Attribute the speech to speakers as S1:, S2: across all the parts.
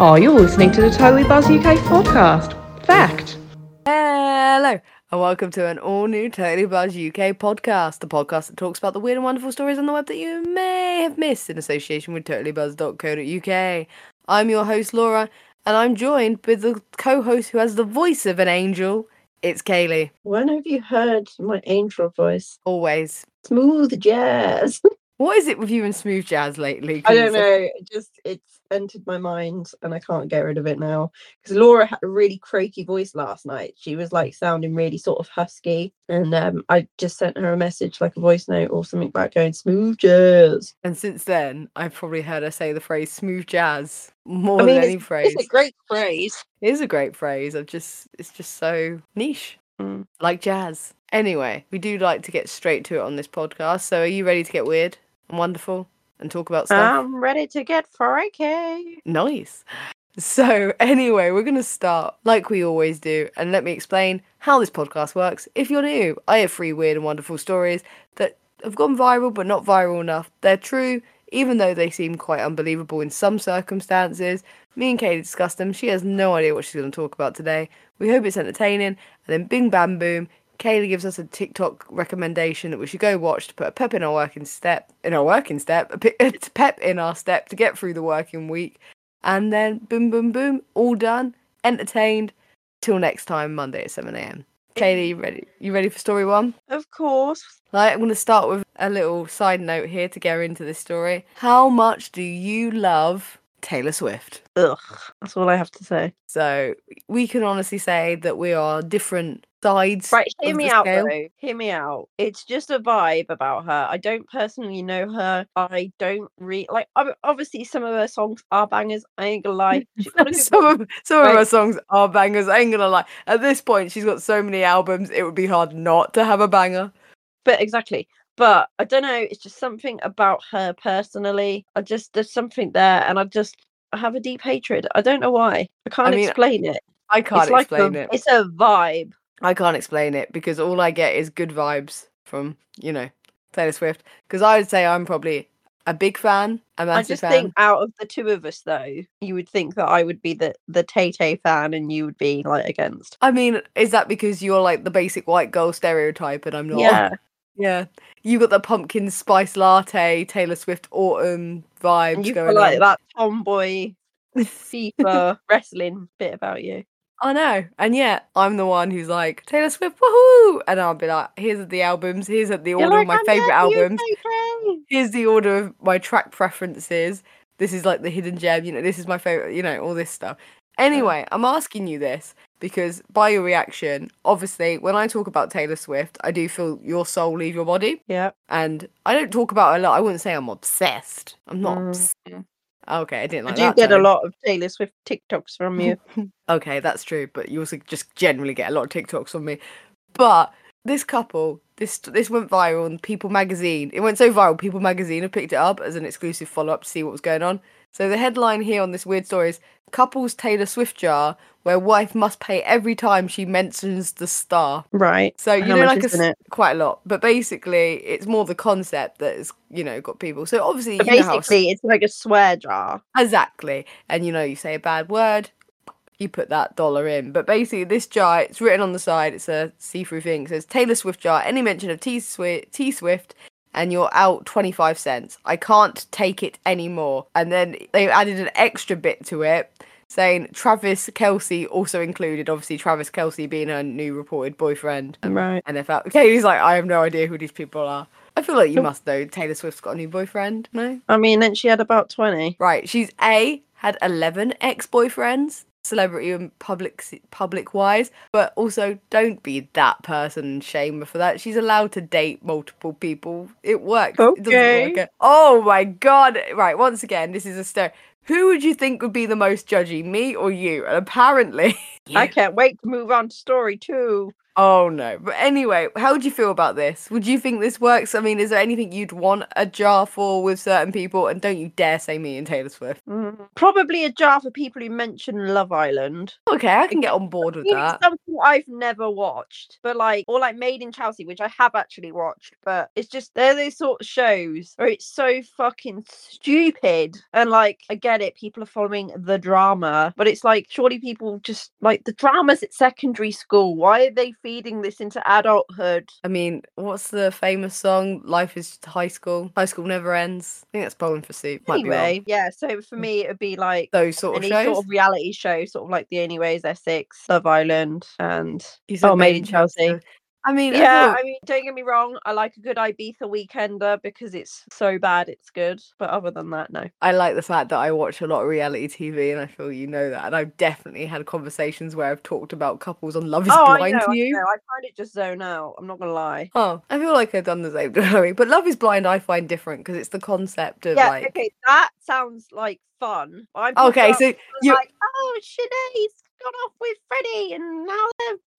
S1: Oh, you're listening to the Totally Buzz UK podcast. Fact.
S2: Hello, and welcome to an all new Totally Buzz UK podcast, the podcast that talks about the weird and wonderful stories on the web that you may have missed in association with totallybuzz.co.uk. I'm your host, Laura, and I'm joined with the co host who has the voice of an angel. It's Kaylee,
S3: When have you heard my angel voice?
S2: always.
S3: Smooth jazz.
S2: What is it with you and smooth jazz lately?
S3: I don't
S2: 'Cause
S3: know. It just it's entered my mind, and I can't get rid of it now. Because Laura had a really croaky voice last night. She was like sounding really sort of husky, and um, I just sent her a message, like a voice note or something, about going smooth jazz.
S2: And since then, I've probably heard her say the phrase smooth jazz more
S3: I mean,
S2: than any phrase.
S3: It's a great phrase.
S2: It is a great phrase. I've just it's just so niche.
S3: Mm.
S2: Like jazz. Anyway, we do like to get straight to it on this podcast. So are you ready to get weird and wonderful and talk about stuff?
S3: I'm ready to get 4K.
S2: Nice. So, anyway, we're going to start like we always do. And let me explain how this podcast works. If you're new, I have three weird and wonderful stories that have gone viral, but not viral enough. They're true, even though they seem quite unbelievable in some circumstances. Me and Katie discussed them. She has no idea what she's going to talk about today. We hope it's entertaining. And then, bing, bam, boom. Kaylee gives us a TikTok recommendation that we should go watch to put a pep in our working step, in our working step, a pe- a pep in our step to get through the working week and then boom, boom, boom, all done, entertained. Till next time, Monday at seven a.m. Kaylee, you ready? You ready for story one?
S3: Of course.
S2: Right, I'm going to start with a little side note here to go into this story. How much do you love Taylor Swift?
S3: Ugh. That's all I have to say.
S2: So we can honestly say that we are different sides.
S3: Right, hear
S2: of
S3: me
S2: the
S3: out
S2: scale.
S3: though. Hear me out. It's just a vibe about her. I don't personally know her. I don't re like. ob- Obviously, some of her songs are bangers. I ain't gonna lie. She's got a good
S2: some of some of
S3: Right.
S2: her songs are bangers. I ain't gonna lie. At this point, she's got so many albums, it would be hard not to have a banger.
S3: but exactly but i don't know it's just something about her personally i just there's something there and i just i have a deep hatred i don't know why i can't
S2: mean,
S3: explain it
S2: I can't
S3: it's like a-
S2: explain it.
S3: it's a vibe
S2: I can't explain it because all I get is good vibes from, you know, Taylor Swift. Because I would say I'm probably a big fan, a
S3: i
S2: massive
S3: just
S2: fan.
S3: think out of the two of us though you would think that i would be the the tay tay fan and you would be like against
S2: I mean, is that because you're like the basic white girl stereotype and I'm not?
S3: yeah
S2: Yeah. You got the pumpkin spice latte, Taylor Swift autumn vibes
S3: and you've got
S2: going
S3: like
S2: on.
S3: that tomboy fifa wrestling bit about you
S2: I know. And yet I'm the one who's like, Taylor Swift, woohoo! And I'll be like, here's the albums, here's the
S3: You're
S2: order of
S3: like,
S2: my
S3: "I'm
S2: favourite
S3: love you,
S2: albums.
S3: Tay-Tay."
S2: here's the order of my track preferences. This is like the hidden gem, you know, this is my favorite, you know, all this stuff. Anyway, I'm asking you this because by your reaction, obviously, when I talk about Taylor Swift, I do feel your soul leave your body.
S3: yeah
S2: And I don't talk about her a lot. I wouldn't say I'm obsessed. I'm not.
S3: Mm.
S2: obs- okay, I didn't
S3: i
S2: like
S3: do
S2: that
S3: get a
S2: tone.
S3: lot of taylor swift tiktoks from you
S2: Okay, that's true, but you also just generally get a lot of TikToks on me. But this couple, this this went viral on People Magazine. It went so viral, People Magazine have picked it up as an exclusive follow up to see what was going on. So the headline here on this weird story is "Couples Taylor Swift Jar, where wife must pay every time she mentions the star."
S3: right
S2: So you
S3: How
S2: know,
S3: much
S2: like a,
S3: is in
S2: s-
S3: it?
S2: quite a lot, but basically, it's more the concept that has you know got people. So obviously,
S3: But
S2: you know how
S3: basically, it's like a swear jar.
S2: Exactly. And you know, you say a bad word, you put that dollar in. But basically, this jar, it's written on the side, it's a see through thing. It says Taylor Swift jar, any mention of T Swift, T Swift, and you're out 25 cents. I can't take it anymore. And then they added an extra bit to it saying Travis Kelsey also included, obviously, Travis Kelsey being her new reported boyfriend.
S3: Right.
S2: And if Katie's like, I have no idea who these people are. I feel like you
S3: Nope.
S2: must know Taylor Swift's got a new boyfriend, no?
S3: I mean, then she had about 20.
S2: Right, she's A, had 11 ex boyfriends, celebrity and public public wise, but also don't be that person and shame her for that. She's allowed to date multiple people. It works. It doesn't work.
S3: Okay.
S2: out- Oh my god. Right, once again, this is a stir. Who would you think would be the most judgy, me or you? And apparently.
S3: I can't wait to move on to story two.
S2: Oh no. But anyway, how would you feel about this? Would you think this works? I mean, is there anything you'd want a jar for with certain people? And don't you dare say me and Taylor Swift.
S3: Mm. Probably a jar for people who mention Love Island.
S2: Okay, I can get on board with
S3: I mean, it's
S2: that.
S3: something I've never watched, but like, or like Made in Chelsea, which I have actually watched, but it's just they're those sort of shows where it's so fucking stupid. And like, again, Reddit, people are following the drama, but it's like surely people just like the dramas at secondary school. Why are they feeding this into adulthood?
S2: I mean, what's the famous song? Life is just high school. High school never ends. I think that's bowling for soup. Might be wrong.
S3: Anyway, yeah. So for me, it'd be like
S2: Those sort of
S3: any
S2: shows.
S3: sort of reality show, sort of like The Only Way Is Essex, Love Island, and
S2: You said
S3: Oh, Made in Chelsea.
S2: I mean, I
S3: yeah.
S2: thought-
S3: I mean, don't get me wrong. I like a good Ibiza weekender because it's so bad it's good. But other than that, no.
S2: I like the fact that I watch a lot of reality TV, and I feel you know that. And I've definitely had conversations where I've talked about couples on Love Is
S3: oh, I
S2: Blind
S3: know,
S2: to
S3: I
S2: you.
S3: know. I kind of just zone out. I'm not gonna lie.
S2: Oh, I feel like I've done the same. Don't worry. But Love Is Blind, I find different because it's the concept of
S3: Yeah.
S2: like.
S3: Okay, that sounds like fun. I'm talking
S2: Okay,
S3: about
S2: so
S3: was
S2: you-
S3: like, oh, Sinead's gone off with Freddie, and now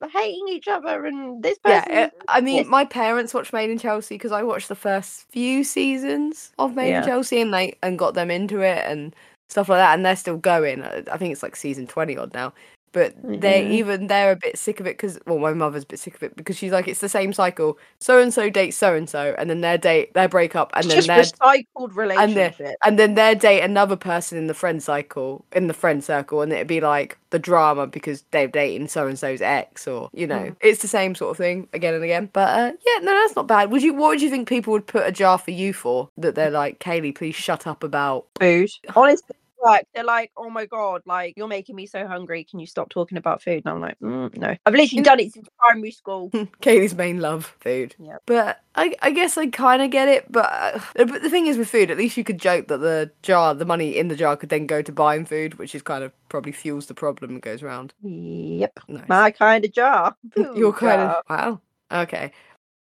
S3: they're hating each other, and this person.
S2: yeah, eh, it- I mean,
S3: Yes.
S2: my parents watched Made in Chelsea because I watched the first few seasons of Made
S3: Yeah.
S2: in Chelsea and they and got them into it and stuff like that, and they're still going. I I think it's like season twenty odd now, but they
S3: Mhm.
S2: even they're a bit sick of it because well, my mother's a bit sick of it because she's like it's the same cycle. So and so dates so and so, and then their date their break up, and
S3: It's
S2: then
S3: just
S2: their
S3: recycled relationship.
S2: and then they would date another person in the friend cycle in the friend circle and it'd be like the drama because they're dating so and so's ex or you know it's the same sort of thing again and again but uh, yeah no that's not bad would you what would you think people would put a jar for you for that they're like kaylee please shut up about
S3: food. Honestly, like they're like, oh my god, like you're making me so hungry. Can you stop talking about food? And I'm like, mm, no, I've literally
S2: In-
S3: done it since primary school.
S2: Kaylee's main love, food.
S3: Yep.
S2: But I, I guess I kind of get it. But, uh, but the thing is, with food, at least you could joke that the jar, the money in the jar, could then go to buying food, which is kind of probably fuels the problem and goes round.
S3: yep,
S2: Nice.
S3: my kind of jar.
S2: You're
S3: Food
S2: kind
S3: jar.
S2: of wow. Okay.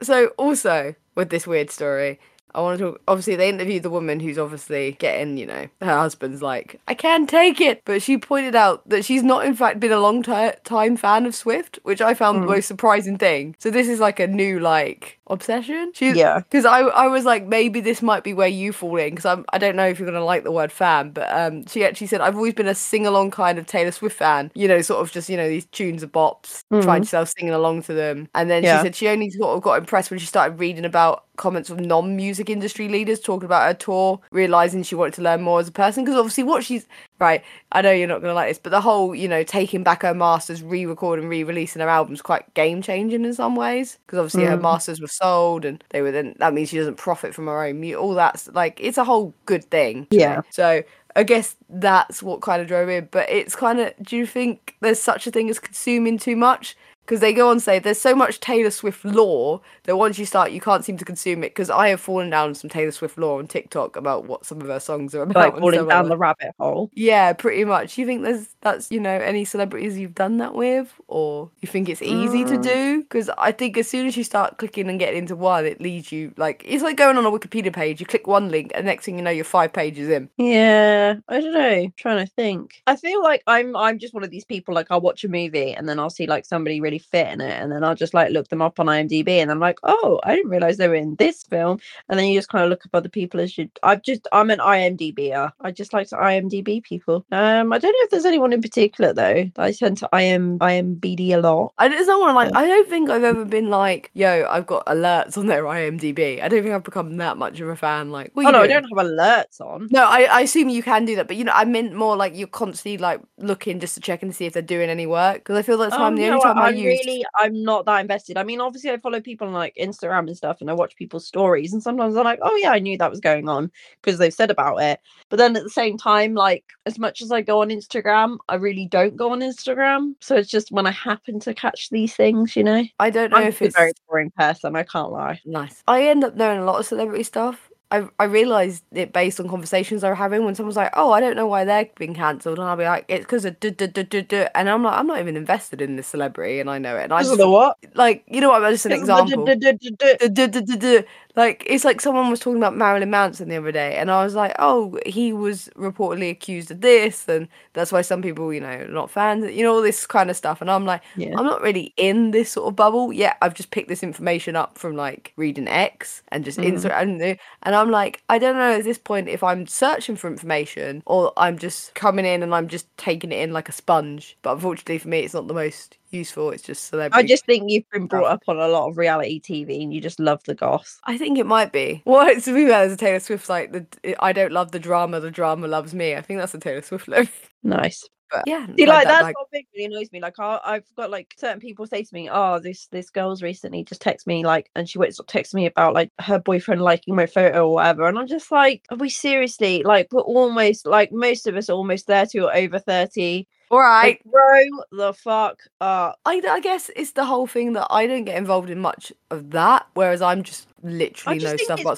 S2: So also with this weird story, I want to talk. Obviously, they interviewed the woman who's obviously getting, you know, her husband's like, I can take it, but she pointed out that she's not in fact been a long ti time fan of Swift, which I found
S3: Mm.
S2: the most surprising thing. So this is like a new like obsession. She
S3: Yeah.
S2: because I, I was like, maybe this might be where you fall in, because I don't know if you're going to like the word fan, but um, she actually said, I've always been a sing along kind of Taylor Swift fan, you know, sort of just, you know, these tunes of bops,
S3: Mhm.
S2: find yourself singing along to them. And then
S3: Yeah.
S2: she said she only sort of got impressed when she started reading about comments from non music industry leaders talking about her tour, realizing she wanted to learn more as a person, because obviously what she's. Right, I know you're not going to like this, but the whole, you know, taking back her masters, re recording, re releasing her albums quite game changing in some ways. Because obviously her
S3: Mm.
S2: masters were sold and they were then, that means she doesn't profit from her own music. All that's like, it's a whole good thing. you know?
S3: Yeah.
S2: So I guess that's what kind of drove me in. But it's kind of, do you think there's such a thing as consuming too much? Because they go on to say there's so much Taylor Swift lore that once you start, you can't seem to consume it. Because I have fallen down some Taylor Swift lore on TikTok about what some of her songs are about.
S3: Like
S2: and
S3: falling
S2: stuff like
S3: down
S2: that.
S3: the rabbit hole.
S2: Yeah, pretty much. You think there's that's you know any celebrities you've done that with, or you think it's easy to
S3: Mm.
S2: do? Because I think as soon as you start clicking and getting into one, it leads you like it's like going on a Wikipedia page. You click one link, and next thing you know, you're five pages in.
S3: Yeah, I don't know. I'm trying to think. I feel like I'm I'm just one of these people like I'll watch a movie and then I'll see like somebody really fit in it and then I'll just like look them up on IMDb and I'm like, "Oh, I didn't realize they were in this film." And then you just kind of look up other people as you I've just I'm an IMDb'er. I just like to IMDb people. Um I don't know if there's anyone in particular though. I tend to IM IMBD a lot.
S2: I there's no one like I don't think I've ever been like yo I've got alerts on their IMDb. I don't think I've become that much of a fan. Like what
S3: oh
S2: you
S3: no, I
S2: doing?
S3: don't have alerts on.
S2: No, I, I assume you can do that, but you know, I meant more like you're constantly like looking just to check and see if they're doing any work. Because I feel that's time
S3: Oh,
S2: the only
S3: no,
S2: time I,
S3: I'm
S2: used.
S3: really I'm not that invested. I mean, obviously I follow people on like Instagram and stuff and I watch people's stories and sometimes I'm like, oh yeah, I knew that was going on because they've said about it. But then at the same time, like as much as I go on Instagram, I really don't go on Instagram. So it's just when I happen to catch these things, you know.
S2: I don't know
S3: I'm
S2: if
S3: just a
S2: it's
S3: very boring person, I can't lie.
S2: Nice. I end up knowing a lot of celebrity stuff. I I realized it based on conversations I were having when someone's like, "Oh, I don't know why they're being cancelled," and I'll be like, "It's because of duh, duh, duh, duh, duh," and I'm like, "I'm not even invested in this celebrity, and I know it." And I
S3: Because of
S2: just
S3: the what?
S2: like, you know what? I'm just an
S3: 'Cause of the
S2: example.
S3: duh, duh, duh, duh, duh.
S2: Duh, duh, duh, duh, duh. Like it's like someone was talking about Marilyn Manson the other day, and I was like, "Oh, he was reportedly accused of this, and that's why some people, you know, are not fans, you know, all this kind of stuff." And I'm like,
S3: Yeah.
S2: I'm not really in this sort of bubble yet. I've just picked this information up from like reading X and just
S3: Mhm.
S2: Instagram, and, the- and I'm like, I don't know at this point if I'm searching for information or I'm just coming in and I'm just taking it in like a sponge. But unfortunately for me, it's not the most useful. It's just celebrity.
S3: I just think you've been brought up on a lot of reality TV and you just love the goss.
S2: I think it might be. Well, it's we as a Taylor Swift's like the I don't love the drama, the drama loves me. I think that's a Taylor Swift lyric.
S3: Nice.
S2: But yeah,
S3: See, like, that's
S2: like-
S3: what big really annoys me. Like, I, I've got like certain people say to me, "Oh, this this girl's recently just texted me like, and she went text me about like her boyfriend liking my photo or whatever." And I'm just like, "Are we seriously like we're almost like most of us are almost thirty or over thirty?
S2: all right.
S3: Like, grow the fuck up."
S2: I, I guess it's the whole thing that I don't get involved in much of that, whereas I'm just literally
S3: just
S2: know
S3: think
S2: stuff
S3: it's
S2: about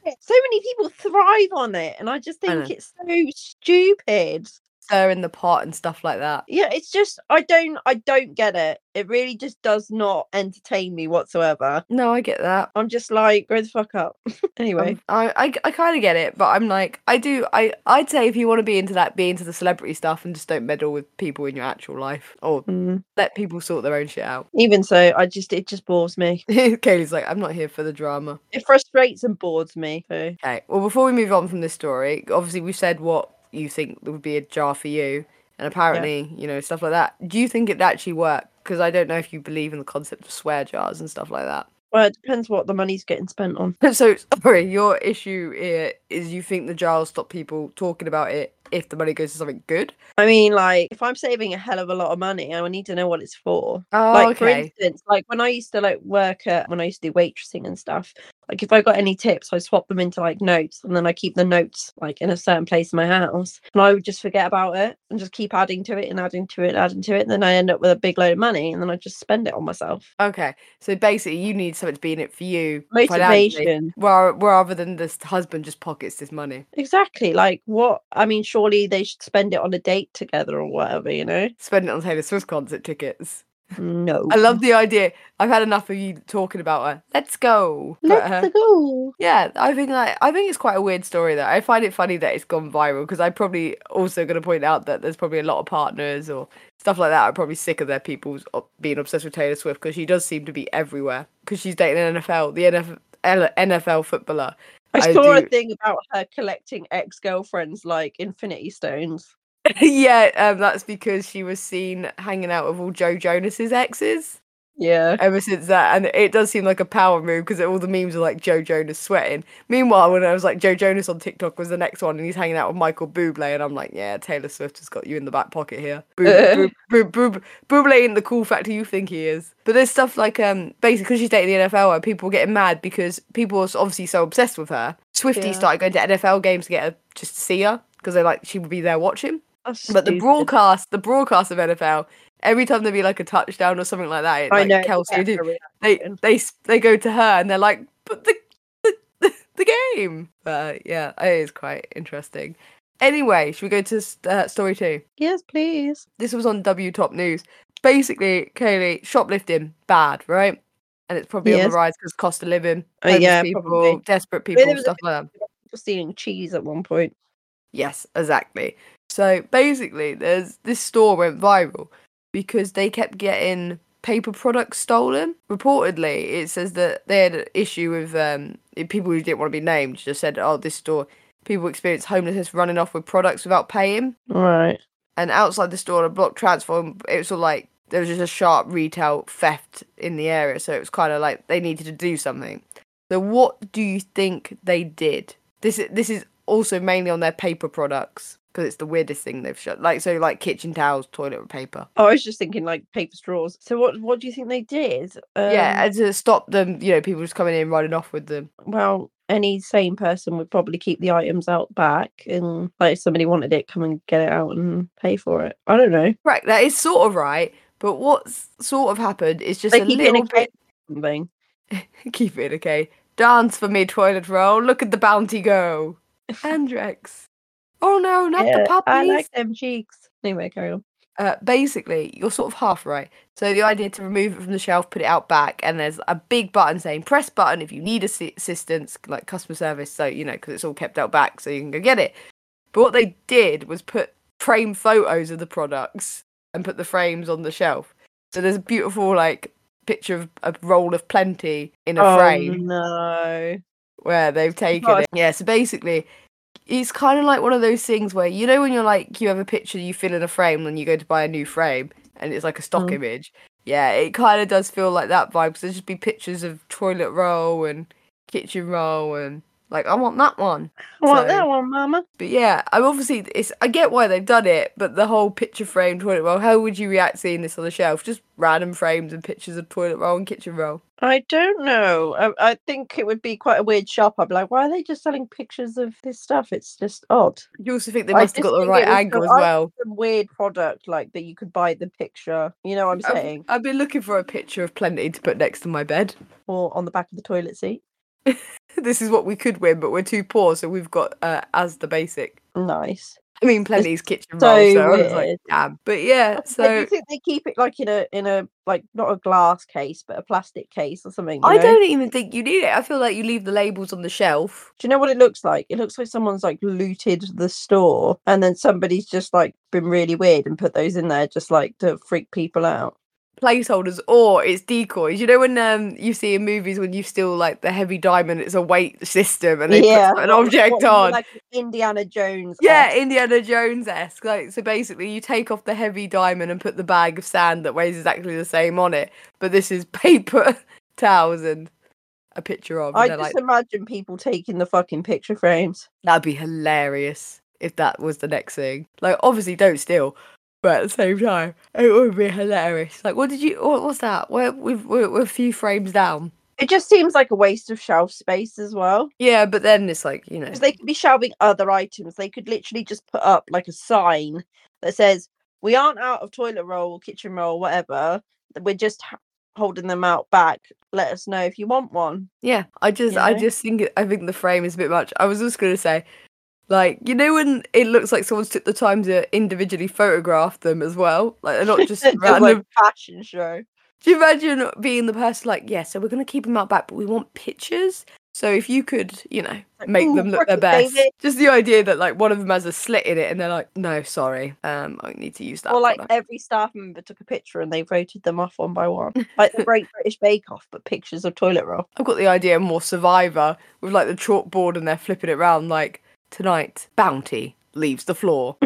S2: celebrities.
S3: So many people thrive on it, and I just
S2: I know.
S3: think it's so stupid.
S2: Stir in the pot and stuff like that.
S3: Yeah, it's just I don't I don't get it. It really just does not entertain me whatsoever.
S2: No, I get that.
S3: I'm just like, grow the fuck up. anyway.
S2: Um, I I, I kind of get it, but I'm like I do I I'd say if you want to be into that, be into the celebrity stuff and just don't meddle with people in your actual life or
S3: Mm.
S2: let people sort their own shit out.
S3: Even so, I just it just bores me.
S2: Kaylee's like I'm not here for the drama.
S3: It frustrates and bores me. So
S2: Okay. Well, before we move on from this story, obviously we said what you think would be a jar for you, and apparently, you know, stuff like that. Do you think it actually worked? Because I don't know if you believe in the concept of swear jars and stuff like that.
S3: well, it depends what the money's getting spent on.
S2: So sorry, your issue here is you think the jar will stop people talking about it if the money goes to something good.
S3: I mean, like if I'm saving a hell of a lot of money, I need to know what it's for.
S2: Oh,
S3: like for
S2: okay.
S3: instance, like when I used to like work at when I used to do waitressing and stuff. Like if I got any tips, I swap them into like notes, and then I keep the notes like in a certain place in my house, and I would just forget about it and just keep adding to it and adding to it, and adding to it, and then I end up with a big load of money, and then I just spend it on myself.
S2: Okay. So basically, you need something to be in it for you. financially,
S3: Motivation.
S2: ra- Rather than this husband just pockets this money.
S3: Exactly. Like what? I mean, surely they should spend it on a date together or whatever, you know?
S2: Spend it on Taylor Swift concert tickets.
S3: No.
S2: I love the idea. I've had enough of you talking about her. Let's go. But, uh,
S3: Let's go.
S2: yeah, I think like I think it's quite a weird story though. I find it funny that it's gone viral because I'm probably also going to point out that there's probably a lot of partners or stuff like that are probably sick of their people's ob- being obsessed with Taylor Swift because she does seem to be everywhere because she's dating an NFL, the NFL, NFL footballer.
S3: I,
S2: I
S3: saw
S2: do-
S3: a thing about her collecting ex girlfriends like infinity stones.
S2: yeah, um, that's because she was seen hanging out with all Joe Jonas's exes.
S3: Yeah.
S2: ever since that. And it does seem like a power move because all the memes are like Joe Jonas sweating. Meanwhile, when I was like Joe Jonas on TikTok was the next one, and he's hanging out with Michael Bublé, and I'm like, yeah, Taylor Swift has got you in the back pocket here. Bub- Bub- Bub- Bublé ain't the cool factor you think he is. But there's stuff like um basically 'cause she's dating the NFL, and people were getting mad because people were obviously so obsessed with her. Swifty
S3: Yeah.
S2: started going to NFL games to get her just to see her because they like she would be there watching.
S3: That's
S2: But the
S3: stupid.
S2: broadcast, the broadcast of NFL, every time there'd be like a touchdown or something like that, it,
S3: I
S2: like
S3: know. you
S2: Kelsey,
S3: get
S2: did-
S3: her reaction.
S2: they they s- they go to her and they're like, but the the, the, the game. But uh, yeah, it is quite interesting. Anyway, should we go to s- uh, story two?
S3: Yes, please.
S2: This was on W Top News. Basically, Kaylee shoplifting bad, right? And it's probably on
S3: Yes.
S2: the rise because cost of living,
S3: Uh,
S2: homeless
S3: yeah,
S2: people,
S3: probably.
S2: desperate
S3: there
S2: people,
S3: was a
S2: stuff like that.
S3: People Seeing cheese at one point.
S2: Yes, exactly. So basically, there's this store went viral because they kept getting paper products stolen. Reportedly, it says that they had an issue with um, people who didn't want to be named. Just said, "Oh, this store people experience homelessness running off with products without paying."
S3: Right.
S2: And outside the store, on a block transform, it was all like there was just a sharp retail theft in the area. So it was kind of like they needed to do something. So what do you think they did? This i- this is also mainly on their paper products because it's the weirdest thing they've shut. Like so, like kitchen towels, toilet paper.
S3: Oh, I was just thinking like paper straws. So what what do you think they did?
S2: yeah,
S3: Um,
S2: and to stop them, you know, people just coming in running off with them.
S3: well, any sane person would probably keep the items out back and like if somebody wanted it, come and get it out and pay for it. I don't know.
S2: Right, that is sort of right. But what's sort of happened is just
S3: They
S2: a
S3: keep it in a
S2: little bit.
S3: or something.
S2: Keep it, okay? Dance for me, toilet roll. Look at the bounty go. Andrex. Oh no, not the
S3: Yeah,
S2: puppies.
S3: I like them cheeks. Anyway, carry on.
S2: uh, basically, you're sort of half right. So the idea to remove it from the shelf, put it out back, and there's a big button saying press button if you need assi- assistance, like customer service. So you know, because it's all kept out back, so you can go get it. But what they did was put frame photos of the products and put the frames on the shelf. So there's a beautiful like picture of a roll of plenty in
S3: Oh,
S2: a frame
S3: no.
S2: where they've taken
S3: Right.
S2: it. Yeah, so basically, it's kind of like one of those things where you know when you're like you have a picture you fill in a frame and you go to buy a new frame and it's like a stock
S3: Mm.
S2: image. Yeah, it kind of does feel like that vibe because there'd just be pictures of toilet roll and kitchen roll and like, I want that one.
S3: I want
S2: So-
S3: that one, Mama.
S2: But yeah, I'm obviously it's I get why they've done it, but the whole picture frame toilet roll, how would you react seeing this on the shelf? Just random frames and pictures of toilet roll and kitchen roll.
S3: I don't know. I, I think it would be quite a weird shop. I'd be like, why are they just selling pictures of this stuff? It's just odd.
S2: You also think they
S3: I
S2: must have
S3: just
S2: got the
S3: think it
S2: right
S3: was so
S2: angle as
S3: odd.
S2: well.
S3: Some weird product like that you could buy the picture. You know what I'm
S2: I've,
S3: saying?
S2: I've been looking for a picture of plenty to put next to my bed.
S3: Or on the back of the toilet seat.
S2: This is what we could win, but we're too poor, so we've got uh, as the basic.
S3: Nice.
S2: I mean, plenty's kitchen
S3: so
S2: roll, so I was like,
S3: weird.
S2: damn. But yeah,
S3: So do you
S2: so
S3: think they keep it like in a in a like not a glass case but a plastic case or something? you
S2: I
S3: know?
S2: don't even think you need it. I feel like you leave the labels on the shelf
S3: Do you know what it looks like? It looks like someone's like looted the store and then somebody's just like been really weird and put those in there just like to freak people out.
S2: placeholders or it's decoys. You know when um you see in movies when you steal like the heavy diamond, it's a weight system and they put an
S3: what-
S2: object
S3: what you-
S2: on.
S3: Like an Indiana Jones.
S2: yeah,
S3: esque.
S2: Indiana Jones esque. Like so basically you take off the heavy diamond and put the bag of sand that weighs exactly the same on it. But this is paper towels and a picture of
S3: I
S2: and they're
S3: just
S2: like
S3: imagine people taking the fucking picture frames.
S2: that'd be hilarious if that was the next thing. Like obviously don't steal but at the same time, it would be hilarious. Like, what did you? What, what's that? We're, we've, we're, we're a few frames down.
S3: It just seems like a waste of shelf space as well.
S2: Yeah, but then it's like, you know,
S3: Because they could be shelving other items. They could literally just put up like a sign that says, We aren't out of toilet roll, kitchen roll, whatever. th- We're just h- holding them out back. Let us know if you want one.
S2: yeah, I just I
S3: Yeah.
S2: just think it, I think the frame is a bit much. I was just going to say like, you know when it looks like someone's took the time to individually photograph them as well? Like they're not just
S3: Just
S2: random.
S3: like fashion show.
S2: Do you imagine being the person like, yeah, so we're going to keep them out back, but we want pictures? So if you could, you know,
S3: Like,
S2: make
S3: "Ooh,
S2: them look their
S3: work it,
S2: best.
S3: baby."
S2: Just the idea that like one of them has a slit in it and they're like, no, sorry, um, I need to use that.
S3: or like
S2: product."
S3: every staff member took a picture and they voted them off one by one. Like the Great British Bake Off, but pictures of toilet roll.
S2: I've got the idea more Survivor with like the chalkboard and they're flipping it round like tonight bounty leaves the floor.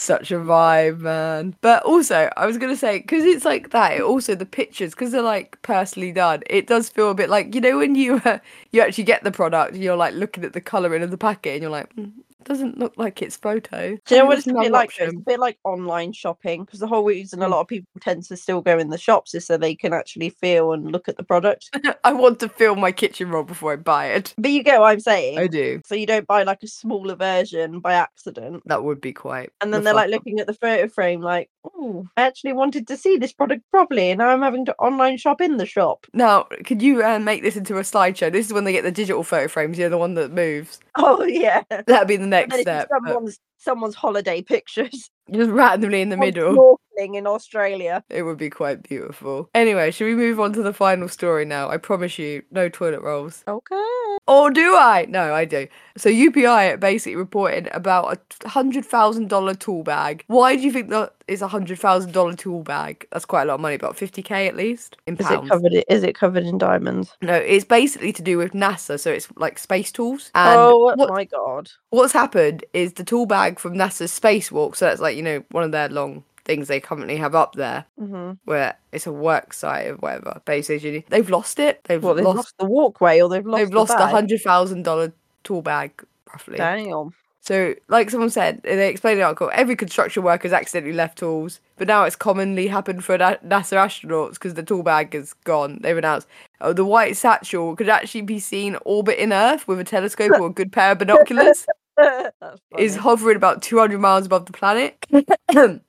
S2: Such a vibe, man. But also, I was gonna say because it's like that. It also the pictures because they're like personally done. It does feel a bit like you know when you uh, you actually get the product and you're like looking at the colouring of the packet and you're like. Mm. Doesn't look like it's photo.
S3: Do you
S2: Maybe
S3: know what
S2: it's
S3: it's a bit
S2: another
S3: like? though? It's a
S2: option.
S3: bit like online shopping because the whole reason a
S2: Mm.
S3: lot of people tend to still go in the shops is so they can actually feel and look at the product.
S2: I want to film my kitchen roll before I buy it.
S3: But you get what I'm saying.
S2: I do.
S3: So you don't buy like a smaller version by accident.
S2: That would be quite.
S3: And then they're like looking at the photo frame, like, oh, I actually wanted to see this product properly, and now I'm having to online shop in the shop.
S2: Now, could you uh, make this into a slideshow? This is when they get the digital photo frames, you know, the one that moves.
S3: Oh, yeah. And
S2: That'd be the
S3: then
S2: next
S3: it's just
S2: step. but
S3: someone's, someone's holiday pictures.
S2: Just randomly in the
S3: someone's
S2: middle.
S3: Snorkeling in Australia.
S2: It would be quite beautiful. Anyway, should we move on to the final story now? I promise you, no toilet rolls.
S3: Okay.
S2: Or do I? No, I do. So UPI basically reported about a hundred thousand dollar tool bag. Why do you think that is a hundred thousand dollar tool bag? That's quite a lot of money, about fifty k at least in
S3: Is
S2: pounds.
S3: it covered? i- Is it covered in diamonds?
S2: no, it's basically to do with NASA, so it's like space tools. And
S3: oh
S2: what-
S3: my god!
S2: What's happened is the tool bag from NASA's spacewalk, so that's like, you know, one of their long things they currently have up there,
S3: hmm
S2: where it's a work site or whatever, base station. They've lost it. They've
S3: Well, they've lost,
S2: lost,
S3: the walkway, or they've lost.
S2: they've lost
S3: the
S2: a
S3: bag.
S2: hundred thousand dollar tool bag roughly.
S3: Damn.
S2: So, like someone said, they explained in the article, every construction worker's accidentally left tools, but now it's commonly happened for Na- NASA astronauts because the tool bag is gone. They've announced oh, the white satchel could actually be seen orbiting Earth with a telescope or a good pair of binoculars
S3: That's
S2: is
S3: funny.
S2: hovering about 200 miles above the planet. and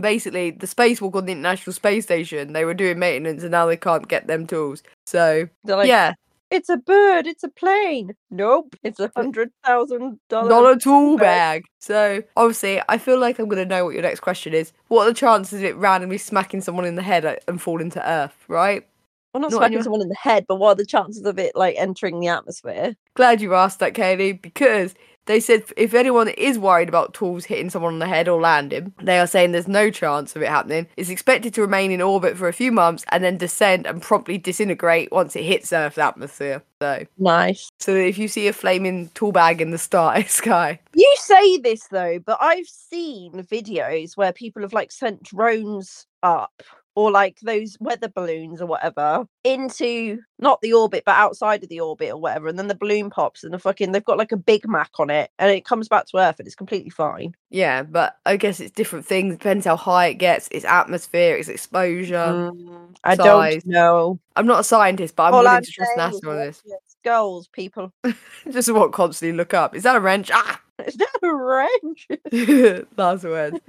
S2: basically, the spacewalk on the International Space Station, they were doing maintenance and now they can't get them tools. So,
S3: They're like,
S2: yeah,
S3: It's a bird. It's a plane. Nope. It's a hundred thousand
S2: not
S3: dollar.
S2: a tool
S3: bag.
S2: bag. So, obviously, I feel like I'm going to know what your next question is. What are the chances of it randomly smacking someone in the head like, and falling to Earth, right?
S3: Well, not
S2: not
S3: smacking
S2: anywhere.
S3: someone in the head, but what are the chances of it like entering the atmosphere?
S2: Glad you asked that, Kaylee, because They said if anyone is worried about tools hitting someone on the head or landing, they are saying there's no chance of it happening. It's expected to remain in orbit for a few months and then descend and promptly disintegrate once it hits Earth's atmosphere. So,
S3: Nice.
S2: so if you see a flaming tool bag in the star sky,
S3: You say this though, but I've seen videos where people have like sent drones up or like those weather balloons or whatever into not the orbit but outside of the orbit or whatever and then the balloon pops and the fucking they've got like a big mac on it and it comes back to earth and it's completely fine
S2: yeah, but I guess it's different things. Depends how high it gets, its atmosphere, its exposure.
S3: Mm, i
S2: Um, size.
S3: don't know
S2: I'm not a scientist, but I'm
S3: All
S2: willing
S3: I'm
S2: to trust
S3: saying is
S2: NASA on
S3: let's
S2: this.
S3: get skulls people
S2: Just what constantly look up. Is that a wrench? Ah!
S3: it's not a wrench
S2: Last word.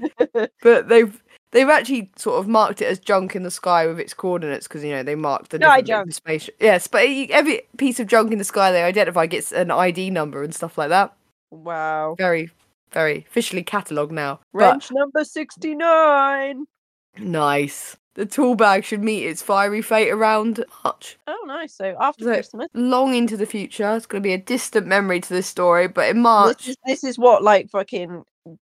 S2: but they've they've actually sort of marked it as junk in the sky with its coordinates because you know they marked the
S3: No, I
S2: different bits of space. Yes, but e- every piece of junk in the sky they identify gets an ID number and stuff like that.
S3: wow
S2: Very, very officially catalogued now. But
S3: wrench number 69
S2: nice. The tool bag should meet its fiery fate around March.
S3: oh nice so after
S2: So,
S3: christmas
S2: Long into the future, it's going to be a distant memory to this story, but in March,
S3: This is, this is what like fucking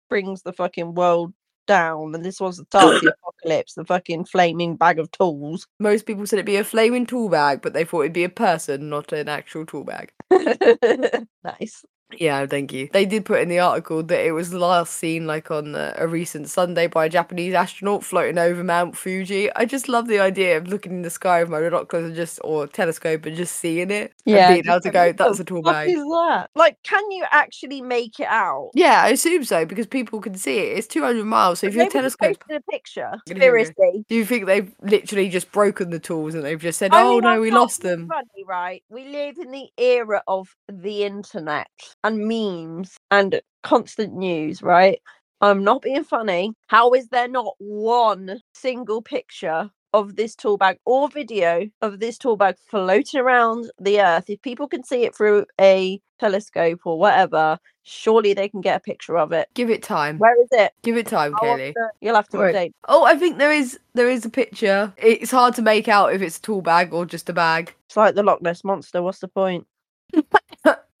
S3: brings the fucking world down, and this was the start of the apocalypse. The fucking flaming bag of tools.
S2: most people said it'd be a flaming tool bag, but they thought it'd be a person, not an actual tool bag.
S3: nice.
S2: Yeah, thank you. They did put in the article that it was last seen like on uh, a recent Sunday by a Japanese astronaut floating over Mount Fuji. I just love the idea of looking in the sky with my binoculars and just or telescope and just seeing it.
S3: Yeah,
S2: and being
S3: just
S2: able to
S3: like,
S2: go,
S3: "What the
S2: that's a tall
S3: What
S2: bag.
S3: is that? Like, can you actually make it out?
S2: Yeah, I assume so because people can see it. It's 200 miles, so if your
S3: Nobody
S2: telescope.
S3: posted a picture.
S2: Gonna hear you.
S3: Seriously.
S2: Do you think they've literally just broken the tools and they've just said,
S3: I
S2: "Oh
S3: mean,
S2: no,
S3: I'm
S2: we
S3: not
S2: lost
S3: being
S2: them"?
S3: Funny, right? We live in the era of the internet and memes and constant news, right? I'm not being funny. How is there not one single picture of this tool bag or video of this tool bag floating around the earth? If people can see it through a telescope or whatever, surely they can get a picture of it.
S2: Give it time.
S3: Where is it?
S2: Give it time,
S3: I'll have
S2: Kaylee.
S3: to- You'll have to
S2: Mm. Right.
S3: update.
S2: Oh, I think there is there is a picture. It's hard to make out if it's a tool bag or just a bag.
S3: It's like the Loch Ness monster. What's the point?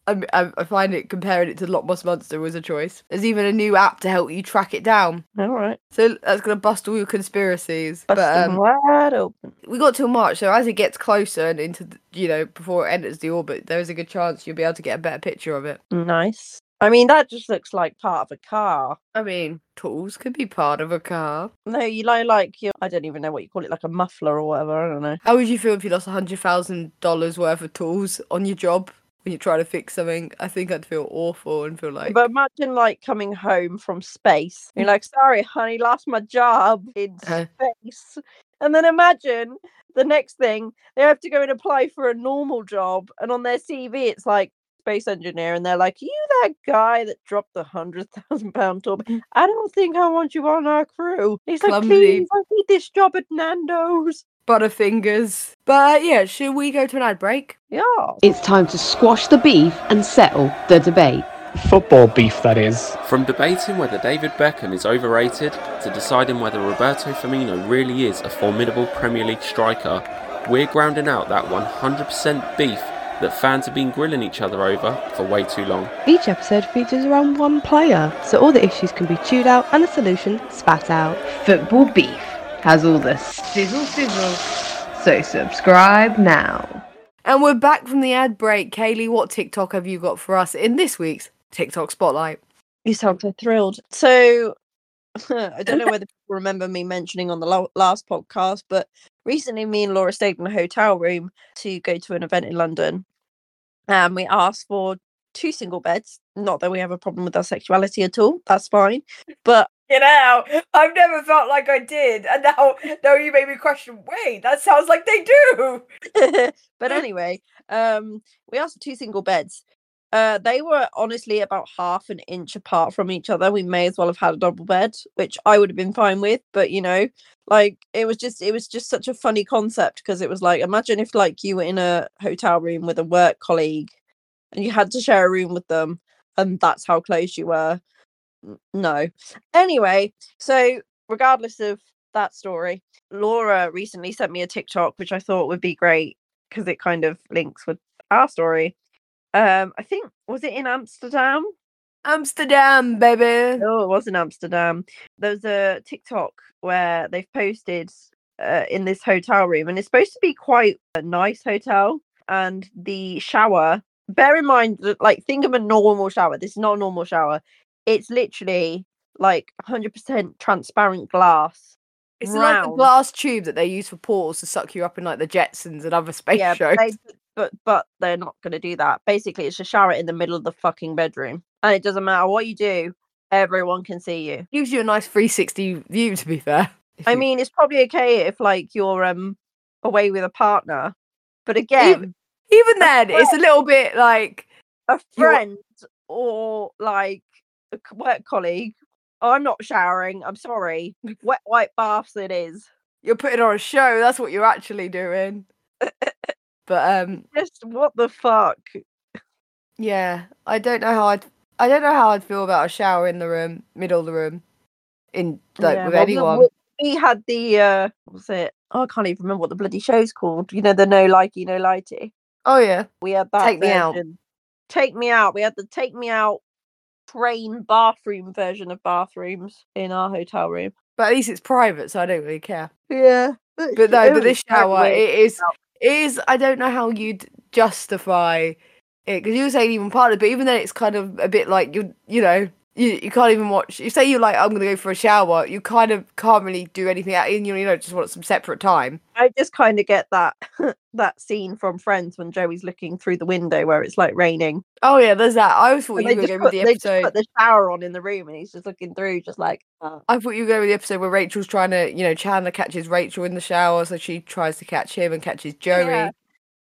S2: I, I, I find it comparing it to Loch Ness Monster was a choice. There's even a new app to help you track it down.
S3: All right.
S2: So that's gonna bust all your conspiracies.
S3: Busting
S2: but um,
S3: wide open.
S2: we got till March, so as it gets closer and into the, you know before it enters the orbit, there is a good chance you'll be able to get a better picture of it.
S3: Nice. I mean, that just looks like part of a car.
S2: I mean, tools could be part of a car.
S3: No, you know, like your, I don't even know what you call it, like a muffler or whatever. I don't know.
S2: How would you feel if you lost hundred thousand dollars worth of tools on your job when you're trying to fix something? I think I'd feel awful and feel like
S3: but imagine like coming home from space. You're like, sorry, honey, lost my job in
S2: Uh.
S3: space. And then imagine the next thing they have to go and apply for a normal job, and on their CV it's like space engineer, and they're like, you that guy that dropped the hundred thousand pound tour? I don't think I want you on our crew. He's like,
S2: Mm. Clumsy.
S3: please, I need this job at Nando's.
S2: butterfingers. But yeah, should we go to an ad break?
S3: Yeah.
S4: It's time to squash the beef and settle the debate.
S5: Football beef, that is.
S6: From debating whether David Beckham is overrated to deciding whether Roberto Firmino really is a formidable Premier League striker, we're grounding out that 100% beef that fans have been grilling each other over for way too long.
S7: Each episode features around one player, so all the issues can be chewed out and the solution spat out.
S8: Football Beef has all the sizzle sizzle. So subscribe now.
S2: And we're back from the ad break. Kaylee, what TikTok have you got for us in this week's TikTok Spotlight?
S3: You sound so thrilled. So I don't know whether people remember me mentioning on the lo- last podcast, but recently me and Laura stayed in a hotel room to go to an event in London. And we asked for two single beds. Not that we have a problem with our sexuality at all. That's fine. But
S2: You know, I've never felt like I did. And now, now you made me question wait, that sounds like they do.
S3: but anyway, um, we asked for two single beds. Uh, they were honestly about half an inch apart from each other. We may as well have had a double bed, which I would have been fine with. But you know, like it was just it was just such a funny concept because it was like imagine if like you were in a hotel room with a work colleague and you had to share a room with them, and that's how close you were. N- No. Anyway, so regardless of that story, Laura recently sent me a TikTok, which I thought would be great because it kind of links with our story. Um, I think was it in Amsterdam
S2: Amsterdam, baby.
S3: Oh, it was in Amsterdam. There was a TikTok where they've posted uh, in this hotel room, and it's supposed to be quite a nice hotel. And the shower, bear in mind, that, like, think of a normal shower. This is not a normal shower. It's literally like 100% transparent glass.
S2: It's like the
S3: round.
S2: glass tube that they use for portals to suck you up in like the Jetsons and other space
S3: Yeah,
S2: shows.
S3: they- but but they're not going to do that. Basically, it's a shower in the middle of the fucking bedroom, and it doesn't matter what you do. Everyone can see you.
S2: Gives you a nice 360 view, to be fair. if
S3: I
S2: you-
S3: mean, it's probably okay if like you're um away with a partner, but again,
S2: even then, it's a little bit like
S3: a
S2: you're-
S3: friend or like a c- work colleague. I'm not showering. I'm sorry. Wet white baths. It is
S2: you're putting on a show. That's what you're actually doing. but um,
S3: just what the fuck.
S2: yeah, I don't know how I'd. I don't know how I'd feel about a shower in the room, middle of the room, in like
S3: Yeah,
S2: with
S3: well, we-
S2: anyone.
S3: We we had the uh, what was it? Oh, I can't even remember what the bloody show's called. You know the no likey no lighty.
S2: oh yeah,
S3: We had that.
S2: Take Me Out.
S3: version. Take me out. We had the take me out train bathroom version of bathrooms in our hotel room.
S2: but at least it's private, so I don't really care.
S3: Yeah.
S2: But oh, no, but
S3: was
S2: this
S3: quite
S2: shower,
S3: weird.
S2: it is,
S3: out.
S2: it is. I don't know how you'd justify it because you were saying even part of it, but even then, it's kind of a bit like you, you know, you, you can't even watch. You say you're like, I'm gonna go for a shower. You kind of can't really do anything. out- You know, you know, just want some separate time.
S3: I just kind of get that that scene from Friends when Joey's looking through the window where it's like raining.
S2: Oh yeah, there's that. I always thought
S3: And
S2: you
S3: they,
S2: were
S3: just
S2: going
S3: put,
S2: with the
S3: they just
S2: episode.
S3: put the shower on in the room and he's just looking through, just like uh,
S2: I thought you were going with the episode where Rachel's trying to, you know, Chandler catches Rachel in the shower, so she tries to catch him and catches Joey.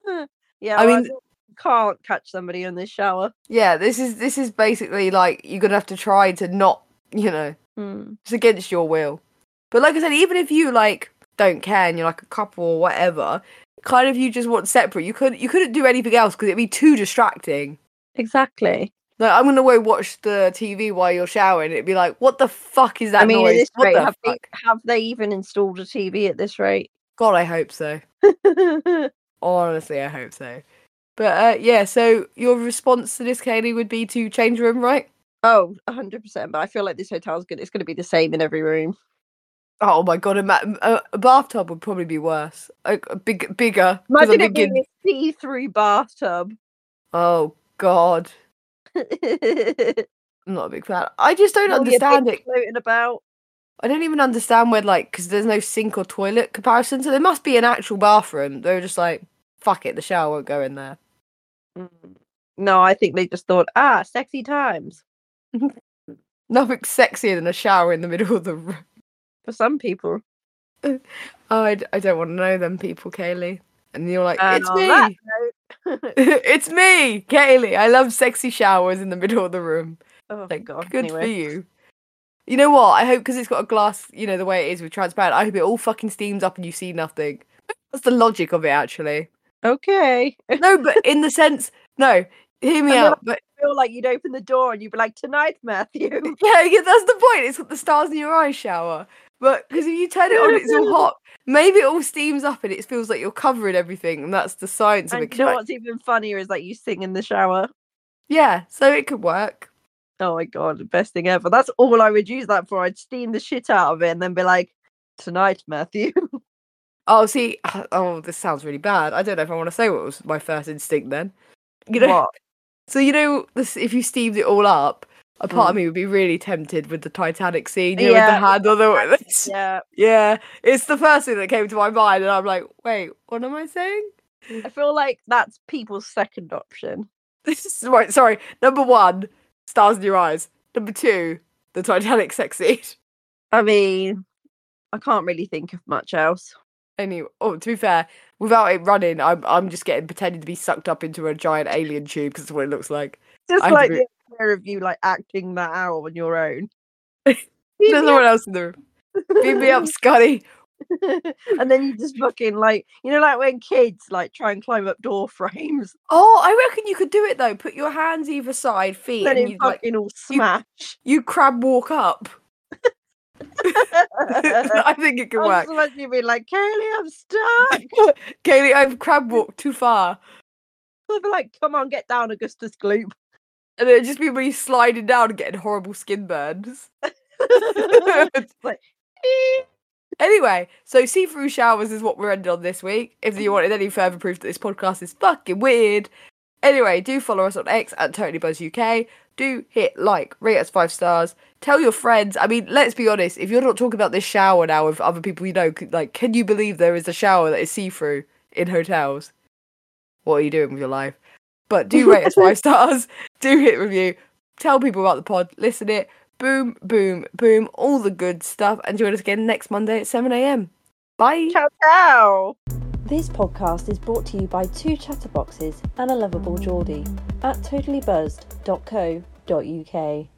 S3: Yeah. yeah.
S2: I
S3: well,
S2: mean-
S3: don't- can't catch somebody in this shower.
S2: yeah, this is this is basically like you're gonna have to try to not, you know,
S3: Hmm.
S2: It's against your will. But like I said, even if you like don't care and you're like a couple or whatever, kind of you just want separate. You couldn't you couldn't do anything else because it'd be too distracting.
S3: Exactly.
S2: Like I'm gonna go watch the TV while you're showering. It'd be like, what the fuck is that
S3: I mean, at
S2: noise?
S3: this
S2: What
S3: rate,
S2: the
S3: have they,
S2: fuck?
S3: have they even installed a TV at this rate?
S2: God, I hope so.
S3: yeah,
S2: Honestly, I hope so. But uh, yeah, so your response to this, Kaylee, would be to change room, right?
S3: Oh, 100%. But I feel like this hotel's good. It's going to be the same in every room.
S2: Oh my god, a, ma- a, a bathtub would probably be worse. A, a big, bigger. 'cause I'm
S3: Imagine it
S2: thinking-
S3: being a see through bathtub.
S2: Oh god. I'm not a big fan. I just don't
S3: All your bits
S2: understand it.
S3: Floating about.
S2: I don't even understand where, like, because there's no sink or toilet comparison. So there must be an actual bathroom. They were just like, fuck it, the shower won't go in there.
S3: Mm. No, I think they just thought, ah, sexy times.
S2: Nothing sexier than a shower in the middle of the room.
S3: For some people.
S2: Oh, I, d- I don't want to know them people, Kaylee. And you're like,
S3: And
S2: it's
S3: on
S2: me.
S3: that note-
S2: it's me, Kaylee. I love sexy showers in the middle of the room.
S3: oh my
S2: Like,
S3: god.
S2: good for
S3: anyway.
S2: you. You know what? I hope because it's got a glass, you know, the way it is with transparent, I hope it all fucking steams up and you see nothing. That's the logic of it, actually.
S3: Okay. I
S2: No, but in the sense, no, hear me
S3: And then
S2: out. But
S3: feel like you'd open the door and you'd be like, tonight, Matthew.
S2: yeah, yeah, that's the point. It's got the stars in your eyes shower. But because if you turn it on, it's all hot. Maybe it all steams up and it feels like you're covering everything, and that's the science of
S3: And
S2: it.
S3: you know
S2: 'cause, like,
S3: what's even funnier is like you sing in the shower.
S2: yeah, so it could work.
S3: Oh my god, the best thing ever. That's all I would use that for. I'd steam the shit out of it and then be like, tonight, Matthew.
S2: Oh, see, oh, this sounds really bad. I don't know if I want to say what was my first instinct then. You know,
S3: What?
S2: so you know, this, if you steamed it all up, a part of me would be really tempted with the Titanic scene, you know,
S3: Mm. Yeah,
S2: with the hand on the.
S3: yeah.
S2: Yeah, it's the first thing that came to my mind, and I'm like, wait, what am I saying?
S3: I feel like that's people's second option.
S2: This is right. Sorry, number one, stars in your eyes. Number two, the Titanic sex scene.
S3: I mean, I can't really think of much else.
S2: Anyway, oh, to be fair, without it running, I'm I'm just getting pretending to be sucked up into a giant alien tube because that's what it looks like.
S3: Just
S2: I'd
S3: like
S2: re-
S3: the idea of you like acting that out on your own. Beam
S2: There's
S3: me
S2: no one else in the room. Beat me up, Scotty.
S3: up. and then you just fucking like you know like when kids like try and climb up door frames
S2: Oh, I reckon you could do it though. Put your hands either side, feet,
S3: then
S2: and
S3: it
S2: you like
S3: fucking all smash.
S2: you crab walk up.
S3: I
S2: I think it could work.
S3: just imagine you being like, Kaylee, I'm stuck.
S2: Kaylee, I've crab walked too far.
S3: They'll be like, come on, get down, Augustus Gloop.
S2: and it'd just be me sliding down and getting horrible skin burns.
S3: like,
S2: Anyway, so see-through showers is what we're ending on this week. If you wanted any further proof that this podcast is fucking weird, anyway, do follow us on X at Totally Buzz UK. Do hit like, rate us five stars. Tell your friends. I mean, let's be honest. If you're not talking about this shower now with other people you know, c- like, can you believe there is a shower that is see-through in hotels? What are you doing with your life? But do rate us five stars. Do hit review. Tell people about the pod. Listen it. Boom, boom, boom. All the good stuff. And join us again next Monday at 7 a.m. Bye.
S3: Ciao, ciao.
S9: This podcast is brought to you by two chatterboxes and a lovable Geordie at totallybuzzed.co.uk.